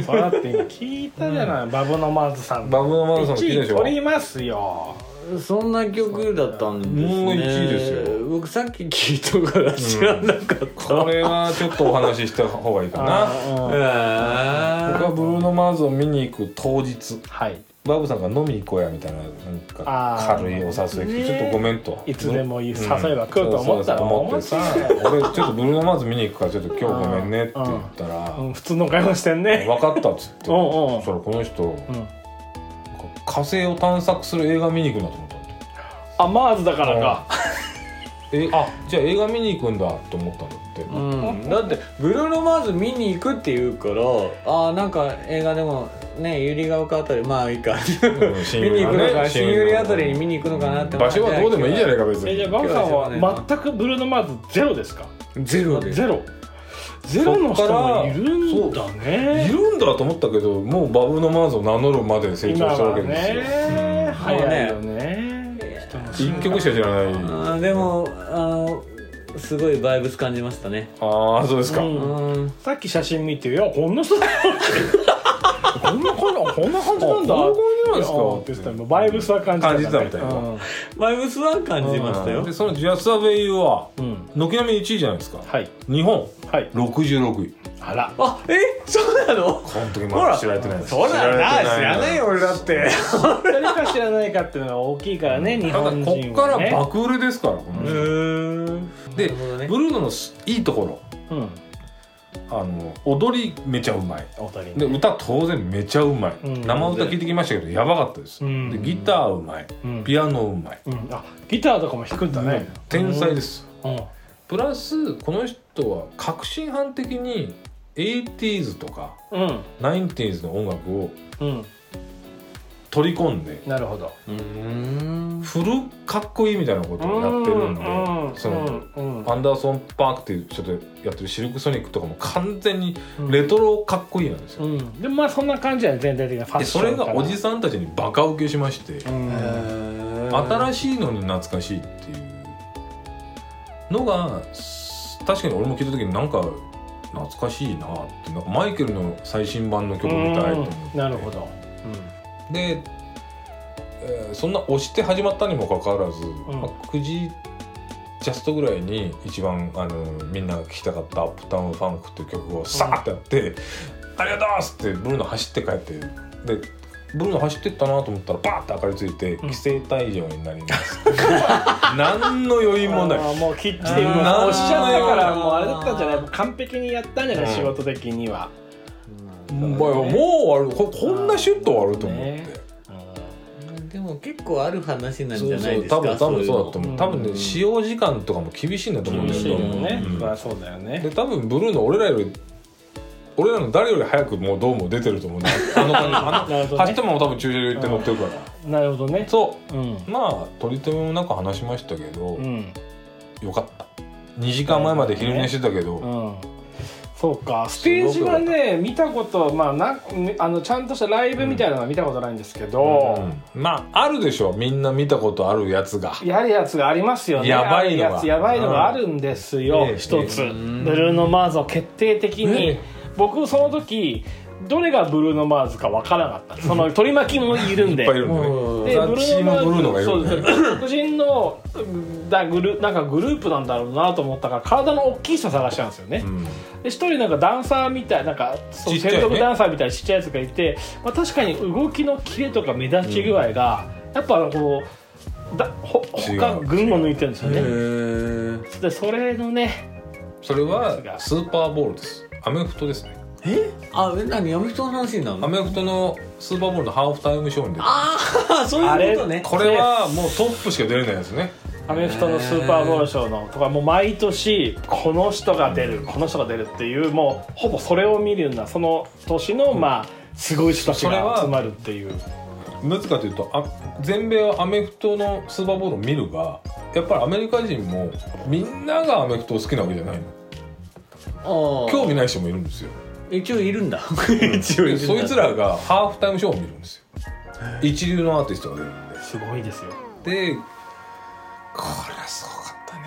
Speaker 1: それだって今聞いたじゃない、バブノマーズさん
Speaker 2: バブノマーズさんも聞いたで
Speaker 1: 1
Speaker 2: し
Speaker 1: 位
Speaker 2: ょ
Speaker 1: 取りますよ
Speaker 3: そんな曲だったんですね
Speaker 2: もう一位ですよ
Speaker 3: 僕さっき聞いたから知らなかった、
Speaker 2: これはちょっとお話しした方がいいかな
Speaker 1: あーうん
Speaker 2: 僕
Speaker 3: え
Speaker 2: はブルーノ・マーズを見に行く当日
Speaker 1: はい
Speaker 2: バブさんが飲みに行こうやみたいななんか軽いお誘い来て
Speaker 1: あー
Speaker 2: ちょっとごめんと
Speaker 1: いつでもいい、
Speaker 2: うん
Speaker 1: 誘えば来ると思ったら
Speaker 2: 思
Speaker 1: 思
Speaker 2: って
Speaker 1: って
Speaker 2: さ俺ちょっとブルーノマーズ見に行くからちょっと今日ごめんねって言ったら
Speaker 1: う
Speaker 2: 分
Speaker 1: ん、普通の会話してんね
Speaker 2: かったっつって
Speaker 1: うんうん
Speaker 2: そしたらこの人
Speaker 1: うん
Speaker 2: 火星を探索する映画見に行くんだと思ったんだ
Speaker 1: あマーズだからか
Speaker 2: えあじゃあ映画見に行くんだと思ったんだって
Speaker 3: うん、だってブルーノ・マーズ見に行くって言うからあーなんか映画でもね百合ヶ丘あたりまあいいか
Speaker 2: うん親
Speaker 3: 見
Speaker 2: 友
Speaker 3: に行
Speaker 2: が
Speaker 3: く
Speaker 2: ね
Speaker 3: のか
Speaker 2: 親
Speaker 3: 新
Speaker 2: 友が
Speaker 3: 百合あたりに見に行くのかなって思
Speaker 2: 場
Speaker 3: って
Speaker 2: 所はどうでもいいじゃないか別
Speaker 1: えじゃあ
Speaker 2: に
Speaker 1: バブさん
Speaker 3: 今日は
Speaker 1: は全くブルーノマーズゼロですか
Speaker 3: ゼロで
Speaker 1: ゼロゼロの人もいるんだ
Speaker 2: い
Speaker 1: ね
Speaker 2: るんだと思ったけどもうバブーノマーズを名乗るまで成
Speaker 1: 今
Speaker 2: 長したわ
Speaker 1: は
Speaker 2: けですよ
Speaker 1: ね早いよ
Speaker 3: や
Speaker 1: ね
Speaker 2: 一曲しか知らない
Speaker 3: あーでもあのすごいバイブス感じましたね
Speaker 2: ああそうですか
Speaker 1: うん
Speaker 3: うん
Speaker 1: さっき写真見て「いやこんな人だ」こんな感じこんな感じなんだ」
Speaker 2: あこんな感じなんですか
Speaker 1: うんって言ってたもうバイブスは感じ
Speaker 2: 感じてたみたいな
Speaker 1: うん
Speaker 3: バイブスは感じましたよ
Speaker 2: でその「ジャス・ア・ベイ・ユー」は
Speaker 1: うん
Speaker 2: 軒並み1位じゃないですか
Speaker 1: はい
Speaker 2: 日本
Speaker 1: はい
Speaker 2: 66位
Speaker 1: あら
Speaker 3: あえそうなの
Speaker 2: この時
Speaker 3: ほ
Speaker 2: まだ
Speaker 3: ら
Speaker 2: 知られてないです
Speaker 3: そうなん
Speaker 2: 知
Speaker 3: だ
Speaker 2: ら
Speaker 3: 知ら
Speaker 2: れて
Speaker 3: ないよ俺だって
Speaker 1: 誰か知らないかっていうのが大きいからね日
Speaker 2: ただ
Speaker 1: 本
Speaker 2: こ
Speaker 1: 人
Speaker 2: っか
Speaker 1: は
Speaker 2: ら
Speaker 1: ね
Speaker 2: 爆売れですからこの人
Speaker 3: ん
Speaker 2: で
Speaker 3: なるほどね
Speaker 2: ブルーノのすいいところ
Speaker 1: うん
Speaker 2: あの踊りめちゃうまい
Speaker 1: お互い
Speaker 2: で
Speaker 1: ね
Speaker 2: 歌当然めちゃうまい
Speaker 1: うん
Speaker 2: 生歌聞いてきましたけどやばかったです
Speaker 1: うん
Speaker 2: でギターうまい
Speaker 1: うん
Speaker 2: ピアノうまい
Speaker 1: うんあギターとかも弾くんだね
Speaker 2: 天才です
Speaker 1: うん
Speaker 2: プラスこの人は革新犯的に 80s とか
Speaker 1: うん
Speaker 2: 90s の音楽を
Speaker 1: うん
Speaker 2: 取り込んで
Speaker 1: なるほど
Speaker 3: うん
Speaker 2: フルかっこいいみたいなことをやってるんで、その、
Speaker 1: うんうん
Speaker 2: アンダーソン・パークっていうちょっとやってるシルク・ソニックとかも完全にレトロかっこいいなんですよ、
Speaker 1: うん、でもまあそんな感じやね全体的なファッ
Speaker 2: で
Speaker 1: ショ
Speaker 2: そ
Speaker 1: ン
Speaker 2: れがおじ
Speaker 1: さ
Speaker 2: さんたちにバカ受けしまして、
Speaker 1: ん、うん
Speaker 2: 新しいのに懐かしいっていうのがす確かに俺も聞いた時になんか懐かしいなってなんかマイケルの最新版の曲みたいと思って、
Speaker 1: なるほど、
Speaker 2: で、えーそんな押して始まったにもかかわらず、
Speaker 1: ん
Speaker 2: まあ9時ジャストぐらいに一番あのみんなが聴きたかった「アップタウンファンク」っていう曲をさーってやって「ありがとう!」っつってブルーノ走って帰ってでブルーノ走ってったなと思ったらバーって明かりついて「規制退場になります」何の余韻もない。
Speaker 1: あーもうきっちり押
Speaker 2: あー
Speaker 1: しちゃったからもうあれだったんじゃない完璧にやったんじゃない、
Speaker 2: うん
Speaker 1: 仕事的には、
Speaker 2: まあもう終わるここんなシュッと終わると思って
Speaker 1: ね。
Speaker 3: でも結構ある話なん
Speaker 2: そ
Speaker 3: じゃ
Speaker 2: う
Speaker 3: な
Speaker 2: そ
Speaker 3: いうですか
Speaker 2: 多分多分そうだと
Speaker 1: ういう
Speaker 2: 思う
Speaker 1: の
Speaker 2: 多分
Speaker 1: う
Speaker 2: ね
Speaker 1: ん
Speaker 2: 使用時間とかも厳しいんだと思うんだ
Speaker 1: 厳
Speaker 2: け
Speaker 1: しい
Speaker 2: ど
Speaker 1: よね、
Speaker 2: うん
Speaker 1: まあそうだよ
Speaker 2: で
Speaker 1: ね
Speaker 2: 多分ブルーの俺らより俺らの誰より早くもうどうも出てると思うんだよあのあ
Speaker 1: なるほ
Speaker 2: の
Speaker 1: ど
Speaker 2: 走っ
Speaker 1: ね
Speaker 2: ても多分駐車場行って乗ってるから
Speaker 1: なるほどね
Speaker 2: そ
Speaker 1: うん
Speaker 2: うまあ取り留めもなく話しましたけど、
Speaker 1: うん
Speaker 2: よかった2時間前まで昼寝してたけど、
Speaker 1: うんそうかステージはね見たことまあなあのちゃんとしたライブみたいなのは見たことないんですけど、
Speaker 2: うんまああるでしょみんな見たことあるやつが
Speaker 1: やるやつがありますよね
Speaker 2: やばいのが
Speaker 1: あるやつやばいのがあるんですよ、
Speaker 2: うん
Speaker 1: 一つ、
Speaker 3: ん
Speaker 1: ブルーノ・マーズを決定的に、
Speaker 2: ね
Speaker 1: 僕その時どれがブルーノ・マーズかわからなかったその取り巻きもいるん
Speaker 2: い
Speaker 1: で
Speaker 2: っぱいいるんだね
Speaker 3: うん
Speaker 1: で
Speaker 2: ザチームブルーノがいる
Speaker 1: そ
Speaker 2: ん
Speaker 1: う
Speaker 2: だね
Speaker 1: 黒人のだグルなんかグループなんだろうなと思ったから体の大きい人探したんですよね、
Speaker 2: うん
Speaker 1: で一人なんかダンサーみたいなんかそう
Speaker 2: ちっちゃいね
Speaker 1: 専属ダンサーみたいなちっちゃいやつがいて、まあ、確かに動きのキレとか目立ち具合が、やっぱこうだほ
Speaker 2: 違う
Speaker 1: 他群を抜いてるんですよね
Speaker 3: ー
Speaker 1: でそれのね
Speaker 2: それはスーパーボールですアメフトですね
Speaker 3: えあえ何アメフトの話になる
Speaker 2: ア
Speaker 3: の
Speaker 2: メフトのスーパーボールのハーフタイムショーに出て
Speaker 3: ああそういうことね
Speaker 2: これはもうトップしか出れないですね
Speaker 1: アメフトのスーパーボールショーのとかもう毎年この人が出るこの人が出るっていうもうほぼそれを見るようなその年のまあすごい人たち
Speaker 2: それは
Speaker 1: が集まるっていう
Speaker 2: なぜかというとあ全米はアメフトのスーパーボールを見るがやっぱりアメリカ人もみんながアメフトを好きなわけじゃないの興
Speaker 3: 興
Speaker 2: 味ない人もいるんですよ
Speaker 3: 一応いるんだ一応い
Speaker 2: で
Speaker 3: るんだ
Speaker 2: そいつらがハーフタイムショーを見るんですよ一流のアーティストが出るんです
Speaker 1: ごいですよ
Speaker 2: でこれはすごかったね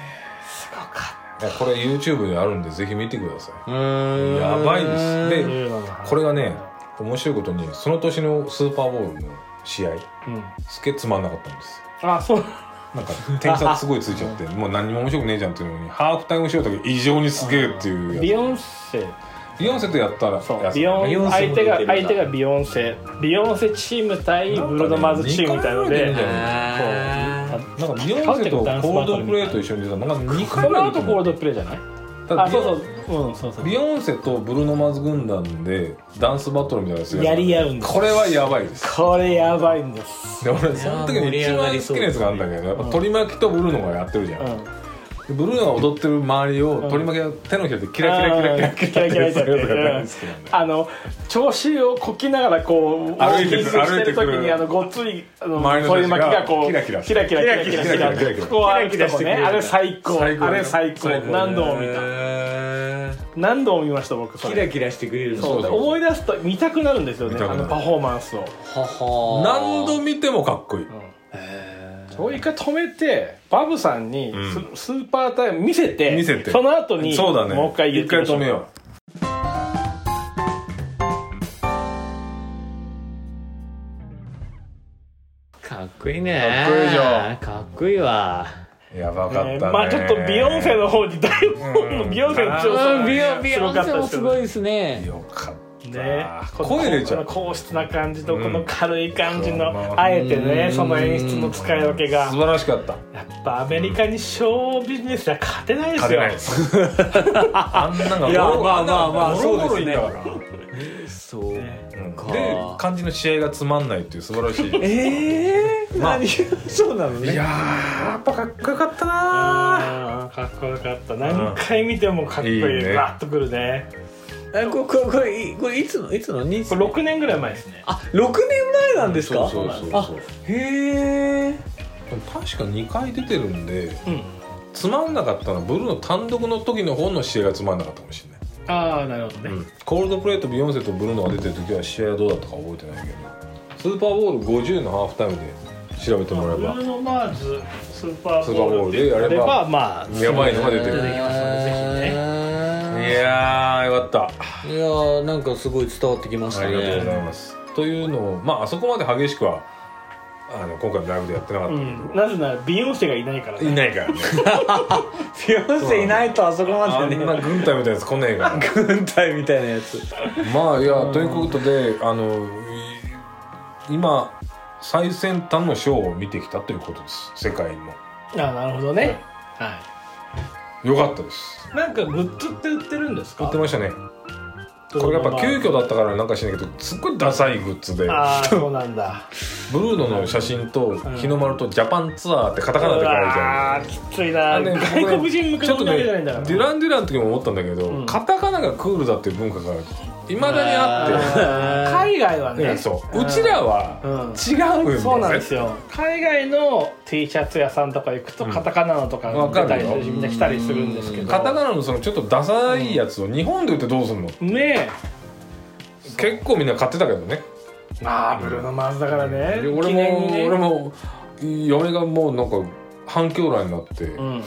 Speaker 2: すごかったこれ YouTube であるんでぜひ見てくださ
Speaker 3: うー
Speaker 2: い
Speaker 3: ん
Speaker 2: やばいです
Speaker 1: ブ
Speaker 2: で
Speaker 1: ルーノの話
Speaker 2: これがね面白いことにその年のスーパーボールの試合
Speaker 1: うん
Speaker 2: すげえつまんなかったんです
Speaker 1: あそう
Speaker 2: なんか点差すごいついちゃってもう何も面白くねえじゃんっていうのにハーフタイムショーだけ異常にすげえっていう
Speaker 1: ビ
Speaker 2: や
Speaker 1: ヨンセ
Speaker 2: つビヨンセとやったら
Speaker 1: そう
Speaker 2: やつ
Speaker 1: ビヨ
Speaker 3: ビヨ
Speaker 1: ン
Speaker 3: ンセ
Speaker 1: 相手が
Speaker 3: も出てる
Speaker 1: 相
Speaker 3: な
Speaker 1: 手がビヨンセビヨンセチーム対ブルーノ・マーズチームみたいので
Speaker 2: なんかね
Speaker 3: あー
Speaker 2: なんかビヨンセとコールドプレイと一緒に出たのが2
Speaker 1: こ
Speaker 2: 回目
Speaker 1: の
Speaker 2: だ
Speaker 1: 後
Speaker 2: と
Speaker 1: コー
Speaker 2: 思
Speaker 1: ル
Speaker 2: う
Speaker 1: ドプレイじゃない
Speaker 2: だから
Speaker 1: あそうそううんそうそう
Speaker 2: ビヨンセとブルーノ・マーズ軍団でダンスバトルみたいなやつ
Speaker 1: やり合うんです
Speaker 2: これはやばいです
Speaker 1: これやばいんです
Speaker 2: で俺その時に一番好きなやつがあるんだけどやっぱ取り巻きとブルーノがやってるじゃん、
Speaker 1: う
Speaker 2: でブルーノが踊ってる周りを取り巻きが手のひらでキラキラキラキラキラキラキラキラキラキラキラ
Speaker 1: んあの調子をこきながらこう
Speaker 2: 歩いてくる
Speaker 1: ウォーキングしてる時
Speaker 2: 歩いてく
Speaker 1: に
Speaker 2: る
Speaker 1: あのごっついあの
Speaker 2: 周りの
Speaker 1: 取り巻きがこう
Speaker 2: キラキラ
Speaker 1: キラキラキラキラ
Speaker 2: キラキラキラキラ
Speaker 1: こう歩くとこねあれ最高あ
Speaker 2: 最高
Speaker 1: れ最高
Speaker 2: 最高
Speaker 1: 何度も見た
Speaker 3: へ
Speaker 1: 何度も見ました僕それ
Speaker 3: ーキラキラしてくれる
Speaker 1: そ
Speaker 2: そうう
Speaker 1: だ
Speaker 2: そう
Speaker 1: 思い出すと見たくなるんですよね
Speaker 2: 見たく
Speaker 1: あ
Speaker 2: なる
Speaker 1: のパフォーマンスを
Speaker 3: はは
Speaker 2: 何度見てもかっこいい、
Speaker 1: そう一回止めてバブさんに
Speaker 2: ん
Speaker 1: ス,、スーパータイム見せて
Speaker 2: 見せて
Speaker 1: その後に
Speaker 2: そうだね
Speaker 1: もう一回言ってみましょ
Speaker 2: 一回止めよ
Speaker 3: かっこいいね
Speaker 2: かっこいいじゃん
Speaker 3: かっこいいわ
Speaker 2: うやばかったね、
Speaker 1: えーまあちょっとビヨンセの方にだいぶ
Speaker 2: う ん
Speaker 1: ビヨンセの
Speaker 2: そう
Speaker 1: 調
Speaker 2: そう
Speaker 1: 査
Speaker 2: んビヨ
Speaker 1: ビヨンセもすごい
Speaker 3: ですね
Speaker 2: よかった
Speaker 1: ね
Speaker 2: 声出ちゃう
Speaker 1: この硬質な感じと
Speaker 2: うん
Speaker 1: この軽い感じの、
Speaker 2: うん
Speaker 1: あえてねその演出の使い分けが
Speaker 2: 素晴らしかった
Speaker 1: やっぱアメリカにショービジネスは勝てないですよ
Speaker 2: 勝てないです あんなのが
Speaker 3: いやまあまあまあ
Speaker 2: ボロボロ
Speaker 3: そうですね
Speaker 2: ボロボロ言い
Speaker 3: そう
Speaker 2: なが
Speaker 3: から
Speaker 2: で肝心の試合がつまんないっていう素晴らしいい
Speaker 3: えー、
Speaker 2: まあ
Speaker 3: 何 そうなの
Speaker 2: やー
Speaker 3: ね
Speaker 2: やっぱかっこよかったな
Speaker 1: あーかっこよかった何回見てもかっこいい、
Speaker 2: いいね
Speaker 1: ガッとくるね
Speaker 3: えこれこれこれいこれいつのいつのに
Speaker 1: これ6年ぐらい前ですね
Speaker 3: あ六年前なんです
Speaker 2: そ
Speaker 3: か
Speaker 2: うそうそう
Speaker 3: あ
Speaker 2: そう
Speaker 3: へえ
Speaker 2: 確か2回出てるんで
Speaker 1: うん
Speaker 2: つまんなかったのはブルーの単独の時の方の試合がつまんなかったかもしれない
Speaker 1: ああなるほどね、
Speaker 2: うんコールドプレイとビヨンセとブルーノが出てる時は試合はどうだったか覚えてないけどスーパーボール50のハーフタイムで調べてもらえ
Speaker 1: ブル
Speaker 2: ば
Speaker 1: ーノ・マーズスーパー
Speaker 2: スーパーボ
Speaker 1: ボ
Speaker 2: ー
Speaker 1: ー
Speaker 2: ルで
Speaker 1: ル
Speaker 2: やれば
Speaker 1: まあ
Speaker 2: やばいのが出て
Speaker 1: 出
Speaker 2: る
Speaker 1: てきますのでぜひね
Speaker 2: いやーよかっ
Speaker 3: いやーなんかすごい伝わってきましたた
Speaker 2: ありがとうござ
Speaker 3: ね
Speaker 2: いますというのをまああそこまで激しくはあの今回のライブでやってなかった
Speaker 1: う
Speaker 2: けど、
Speaker 1: ん、なぜならビヨンセがいないから、
Speaker 2: い
Speaker 1: ね、
Speaker 2: ないからね
Speaker 3: フィオンセいないとあそこ
Speaker 2: あ
Speaker 3: まで
Speaker 2: ん
Speaker 3: ね
Speaker 2: な軍隊みたいなやつ来ねえから
Speaker 3: 軍隊みたいなやつ
Speaker 2: まあいやということであのい今最先端のショーを見てきたということです世界も
Speaker 1: ああなるほどねは
Speaker 2: よかったです
Speaker 1: いなんかグッズって売ってるんですか
Speaker 2: 言ってましたねこれがやっぱ急遽だったからなんかしないけどすっごいダサいグッズで
Speaker 1: ああそうなんだ
Speaker 2: ブルーノの写真と日の丸とジャパンツアーってカタカナで書いてあ
Speaker 1: あ
Speaker 2: る
Speaker 1: きついな
Speaker 2: あのね
Speaker 1: 外国人向け
Speaker 2: ちょ
Speaker 1: の
Speaker 2: っと
Speaker 1: 女
Speaker 2: ね
Speaker 1: じ
Speaker 2: デ
Speaker 1: ゃないんだから
Speaker 2: ュラン・デュランの時も思ったんだけど、
Speaker 1: うん
Speaker 2: カタカナがクールだっていう文化がいまだにあ
Speaker 1: あー海外は
Speaker 2: ってい
Speaker 1: ね
Speaker 2: やそううちらは
Speaker 1: うん
Speaker 2: 違うんだよね
Speaker 1: そうなんですよ海外の T シャツ屋さんとか行くと
Speaker 2: うん
Speaker 1: カタカナのとか出たりするしみんな来たりするんですけど
Speaker 2: カタカナのそのちょっとダサいやつを日本で売ってどうすんの、
Speaker 1: ね
Speaker 2: 結構みんな買ってたけどね
Speaker 1: えまあブルーノ・マーズだからね
Speaker 2: で俺
Speaker 1: 記念に
Speaker 2: も
Speaker 1: ね
Speaker 2: 俺も嫁がもうなんか反響来になって、
Speaker 1: うん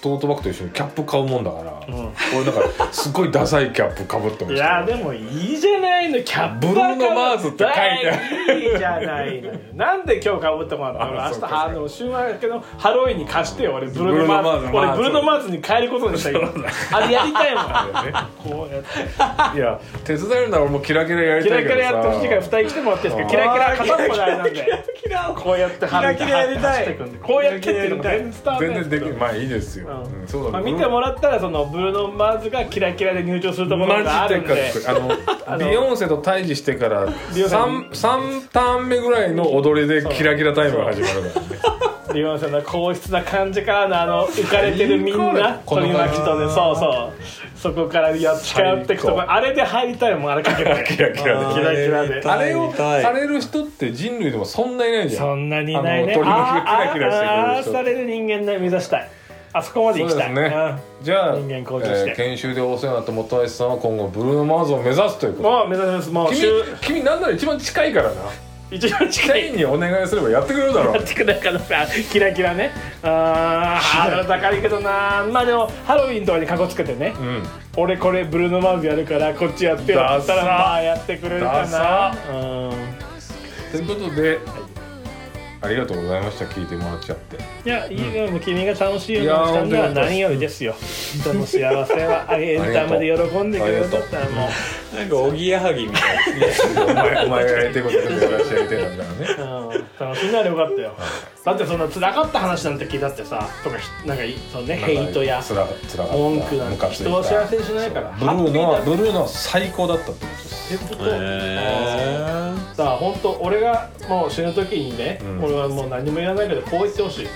Speaker 2: トートバッグと一緒にキャップ買うもんだから、
Speaker 1: うん
Speaker 2: 俺なんかすごいダサいキャップかぶってま
Speaker 1: い
Speaker 2: した
Speaker 1: やでもいいじゃないのキャップ
Speaker 2: ブルーノマーズって書いてあ
Speaker 1: るいいじゃないのよなんで今日かぶってもらったの
Speaker 2: あ
Speaker 1: 明
Speaker 2: そう
Speaker 1: 日
Speaker 2: か
Speaker 1: あの週明けのハロウィンに貸してよ俺ブルーノマーズ
Speaker 2: ブルーノマーズ
Speaker 1: 俺ブルーノマーズに変えることにしたよあれやりたいもん
Speaker 2: だよね
Speaker 1: こうやって
Speaker 2: いや手伝えるなら俺もキラキラやり
Speaker 1: キ
Speaker 2: た
Speaker 1: ラ
Speaker 2: い
Speaker 1: キ
Speaker 2: けど
Speaker 1: ラ
Speaker 2: さ
Speaker 1: やってほしいから二人来てもらっていいですかキラキラ片っぽであれなんで
Speaker 3: キラ
Speaker 1: こうやってはめて
Speaker 3: キラキラやりたい
Speaker 1: 走ってくんでこうやってっていうのも全然伝わら
Speaker 2: 全
Speaker 1: ない
Speaker 2: 然できるまあいいですよ、
Speaker 1: うん
Speaker 2: うんそうだ
Speaker 1: まあ、見てもらったらそのブルーノ・マーズがキラキラで入場するところが
Speaker 2: マ
Speaker 1: あ
Speaker 2: ジ
Speaker 1: る
Speaker 2: で
Speaker 1: ん
Speaker 2: かっ
Speaker 1: で
Speaker 2: こいいあのビヨンセと対峙してから
Speaker 1: ビヨンセ
Speaker 2: 3, 三ターン目ぐらいの踊りでキラキラタイムが始まるからね
Speaker 1: リオンさんの硬質な感じからのあの浮かれてるみんな
Speaker 2: この
Speaker 1: 取り巻きとねそうそうそこからやっ近寄ってくとこ
Speaker 2: 最高
Speaker 1: あれで入りたいもんあれかけて
Speaker 2: キ ラキラ
Speaker 1: キ
Speaker 2: で
Speaker 1: ラキラで
Speaker 2: あれを
Speaker 3: 見たい
Speaker 2: される人って人類でもそんないないじゃん
Speaker 1: そんなにいないね
Speaker 2: あの鳥の
Speaker 1: あ
Speaker 2: キラキラしてくれる人
Speaker 1: あああされる人間ね目指したいあそこまで行きたい
Speaker 2: そうですねじゃあ、
Speaker 1: 人間向上して
Speaker 2: えー研修でお世話になった元林さんは今後ブルーノ・マーズを目指すという
Speaker 1: うん
Speaker 2: こ
Speaker 1: もう目指しますも
Speaker 2: と
Speaker 1: う
Speaker 2: 君
Speaker 1: 週
Speaker 2: 君なんなら一番近いからな
Speaker 1: 一番近
Speaker 2: 社
Speaker 1: い
Speaker 2: 員にお願いすればやってくれるだろう
Speaker 1: やってくれるからさキラキラねあーあー高いけどなまあでもハロウィンとかにカゴつけてね
Speaker 2: うん
Speaker 1: 俺これブルーノマーズやるからこっちやってよ
Speaker 2: ダ
Speaker 1: っ
Speaker 2: サ
Speaker 1: たらまあやってくれるか
Speaker 2: ダサ
Speaker 1: なうん
Speaker 2: ということでありがとうございました聞いてもらっち ゃって
Speaker 1: いや、いいね、もう君が楽しいようにしたんなら何よりですよ。人の幸せは、あれ、エンタメで喜んでくれるんだったら、も
Speaker 3: なんかおぎやはぎみたい
Speaker 2: お前お前がやりたいこと全部やらしてやりたいんだからね
Speaker 1: う、うん、楽しんだらよかったよ。だって、そんな辛かった話なんて聞いたってさ、とか、ひなんかい、そのね、 ヘイトや。
Speaker 2: つらつらかった
Speaker 1: 文句なん
Speaker 2: ム
Speaker 1: て
Speaker 2: カついた
Speaker 1: 人を幸せにしないから。
Speaker 2: ブルーノはブルーノは最高だったってことです
Speaker 1: ってこと
Speaker 3: なへ
Speaker 1: さあ、本当、俺がもう死ぬ時にね、
Speaker 2: うん
Speaker 1: 俺はもう何も言わないけど、こう言ってほしい。
Speaker 2: うん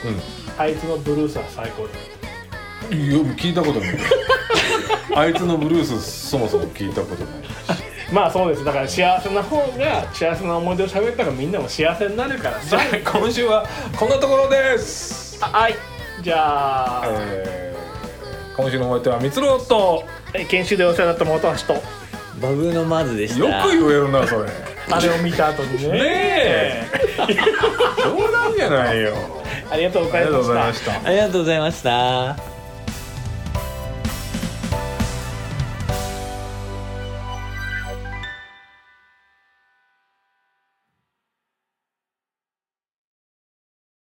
Speaker 1: あいつのブルースは最高だ。
Speaker 2: いや聞いたことない あいつのブルースそもそも聞いたことない
Speaker 1: まあ、そうです。だから、幸せな方が、幸せな思い出を喋ったら、みんなも幸せになるから
Speaker 2: じ
Speaker 1: さ
Speaker 2: ゃ。あ 今週はこんなところです、
Speaker 1: あはい、じゃあ。
Speaker 2: えー今週のお相手はみつろうと
Speaker 1: 研修でお世話になった本橋と
Speaker 3: ーバブーのマズでした
Speaker 2: よく言えるなそれね
Speaker 1: あれを見た後にね
Speaker 2: え冗談じゃないよ
Speaker 1: ありがとうござ
Speaker 2: あり
Speaker 1: い
Speaker 2: がとう
Speaker 1: ま
Speaker 2: ご
Speaker 1: し
Speaker 2: ざい
Speaker 1: た
Speaker 2: ました
Speaker 3: ありがとうございました